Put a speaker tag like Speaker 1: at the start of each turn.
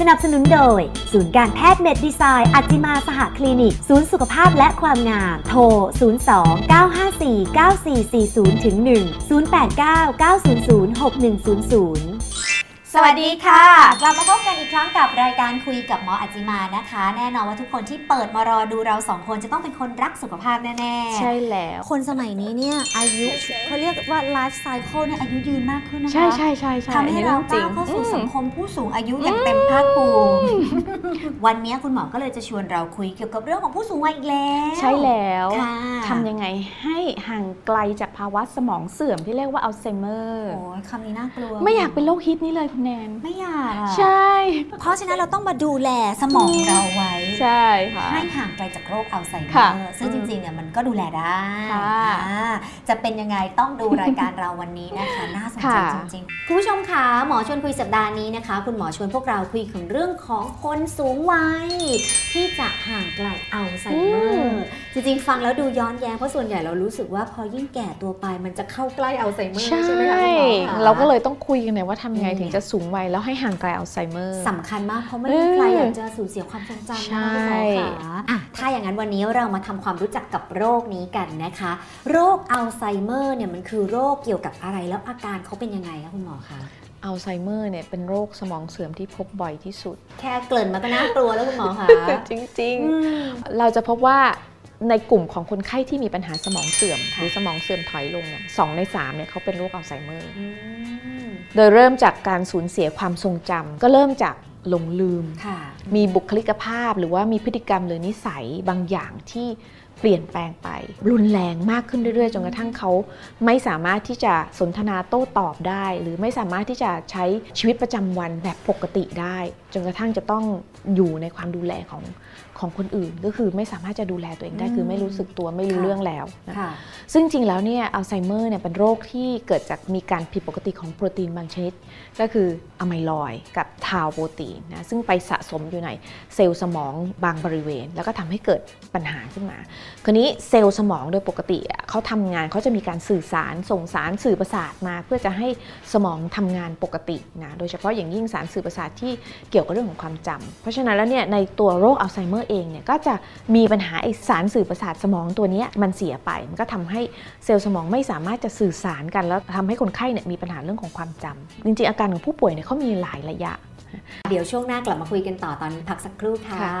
Speaker 1: สนับสนุนโดย ศูนย์การแพทย์เมดดีไซน์อัจจิมาสหคลินิก ศูนย์สุขภาพและความงาม โทร 02 954 9440ถึง1 089 900 6100 สวัสดีค่ะ กลับมาพบกันอีกครั้งกับรายการคุยกับหมออัจจิมานะคะ แน่นอนว่าทุกคนที่เปิดมารอดูเราสองคนจะต้องเป็นคนรักสุขภาพแน่ๆ
Speaker 2: ใช่แล้ว
Speaker 1: คนสมัยนี้เนี่ยอายุเขาเรียกว่าไลฟ์สไตล์เขาเนี่ยอายุยืนมากขึ้นนะคะ
Speaker 2: ใช่ใช่ใช่ใช่
Speaker 1: ทำให้เราก้าวเข้าสู่
Speaker 2: อืม
Speaker 1: สังคมผู้สูงอายุอย่างเต็มภาคภูมิ วันนี้คุณหมอก็เลยจะชวนเราคุยเกี่ยวกับเรื่องของผู้สูงวัยอีกแล้ว
Speaker 2: ใช่แล้ว
Speaker 1: ค่ะ
Speaker 2: ทำยังไงให้ห่างไกลจากภาวะสมองเสื่อมที่เรียกว่าอัลไซเมอร์
Speaker 1: โอ้ยคำนี้น่ากลัว
Speaker 2: ไม่อยากเป็นโรคฮิตนี้เลยคุณแนน
Speaker 1: ไม่อยากอะ
Speaker 2: ใช่
Speaker 1: เพราะฉะนั้นเราต้องมาดูแลสมองเราไว้
Speaker 2: ใช่ค่ะ
Speaker 1: ให้ห่างไกลจากโรคอัลไซเมอ
Speaker 2: ค่ะ
Speaker 1: ร์ซึ่งจริงๆเนี่ยมันก็ดูแลได้
Speaker 2: ค่ะ
Speaker 1: อ่าจะเป็นยังไงต้องดูรายการเราวันนี้นะคะ น่าสนใจ
Speaker 2: ค่ะ
Speaker 1: จริงๆคุณผู้ชมคะหมอชวนคุยสัปดาห์นี้นะคะ คุณหมอชวนพวกเราคุยถึงเรื่องของคนสูงวัยที่จะห่างไกลอัลไซเมอร์จริงๆ ฟังแล้วดูย้อนแย้งเพราะส่วนใหญ่เรารู้สึกว่าพอยิ่งแก่ตัวไปมันจะเข้าใกล้อัลไซเมอร์
Speaker 2: ใช่
Speaker 1: ใช่ไหมคะคุณหมอคะ
Speaker 2: เราก็เลยต้องคุยกันหน่อยว่าทำยังไง
Speaker 1: อืม
Speaker 2: ถึงจะสูงวัยแล้วให้ห่างไกลอัลไซเมอร์
Speaker 1: สำคัญมากเพราะไม่มีใครอยากจะสูญเสียความทรงจำนะคะคุณหมอค่ะอ่ะ ถ้าอย่างนั้นวันนี้เรามาทำความรู้จักกับโรคนี้กันนะคะ โรคอัลไซเมอร์เนี่ยมันคือโรคเกี่ยวกับอะไรแล้วอาการเขาเป็นยังไงคะคุณหมอคะ
Speaker 2: อัลไซเมอร์เนี่ยเป็นโรคสมองเสื่อมที่พบบ่อยที่สุด
Speaker 1: แค่เกริ่นมาก็น่ากลัวแล้วคุณหมอคะ
Speaker 2: จริง
Speaker 1: อืม
Speaker 2: ๆ เราจะพบว่าในกลุ่มของคนไข้ที่มีปัญหาสมองเสื่อม
Speaker 1: ค่ะ
Speaker 2: หรือสมองเสื่อมถอยลงเนี่ยสองในสามเนี่ยเขาเป็นโรคอัลไซเมอร์
Speaker 1: อืม
Speaker 2: โดยเริ่มจากการสูญเสียความทรงจำก็เริ่มจากหลงลืม
Speaker 1: ค่ะ
Speaker 2: มีบุคลิกภาพหรือว่ามีพฤติกรรมหรือนิสัยบางอย่างที่เปลี่ยนแปลงไป รุนแรงมากขึ้นเรื่อยๆจนกระทั่งเขา ไม่สามารถที่จะสนทนาโต้ตอบได้ หรือไม่สามารถที่จะใช้ชีวิตประจำวันแบบปกติได้ จนกระทั่งจะต้องอยู่ในความดูแลของของคนอื่น ก็คือไม่สามารถจะดูแลตัวเองได้คือไม่รู้สึกตัวไม่รู้เรื่องแล้วนะคะ
Speaker 1: ค่ะ
Speaker 2: ซึ่งจริงแล้วเนี่ยอัลไซเมอร์เนี่ยเป็นโรคที่เกิดจากมีการผิดปกติของโปรตีนบางชนิด ก็คืออะไมลอยด์กับทาวโปรตีนนะซึ่งไปสะสมอยู่ในเซลล์สมองบางบริเวณ แล้วก็ทำให้เกิดปัญหาขึ้นมา คราวนี้เซลล์สมองโดยปกติอะเขาทำงานเขาจะมีการสื่อสารส่งสารสื่อประสาทมา เพื่อจะให้สมองทำงานปกตินะโดยเฉพาะอย่างยิ่งสารสื่อประสาทที่เกี่ยวกับเรื่องของความจำเพราะฉะนั้นแล้วเนี่ยในตัวโรคอัลไซเมอร์เองเนี่ยก็จะมีปัญหาไอสารสื่อประสาทสมองตัวเนี้ยมันเสียไป มันก็ทำให้เซลล์สมองไม่สามารถจะสื่อสารกัน แล้วทำให้คนไข้เนี่ยมีปัญหาเรื่องของความจำจริงๆอาการของผู้ป่วยเนี่ยเขามีหลายระยะ
Speaker 1: เดี๋ยวช่วงหน้ากลับมาคุยกันต่อตอนนี้พักสักครู่ค่ะ
Speaker 2: ค่ะ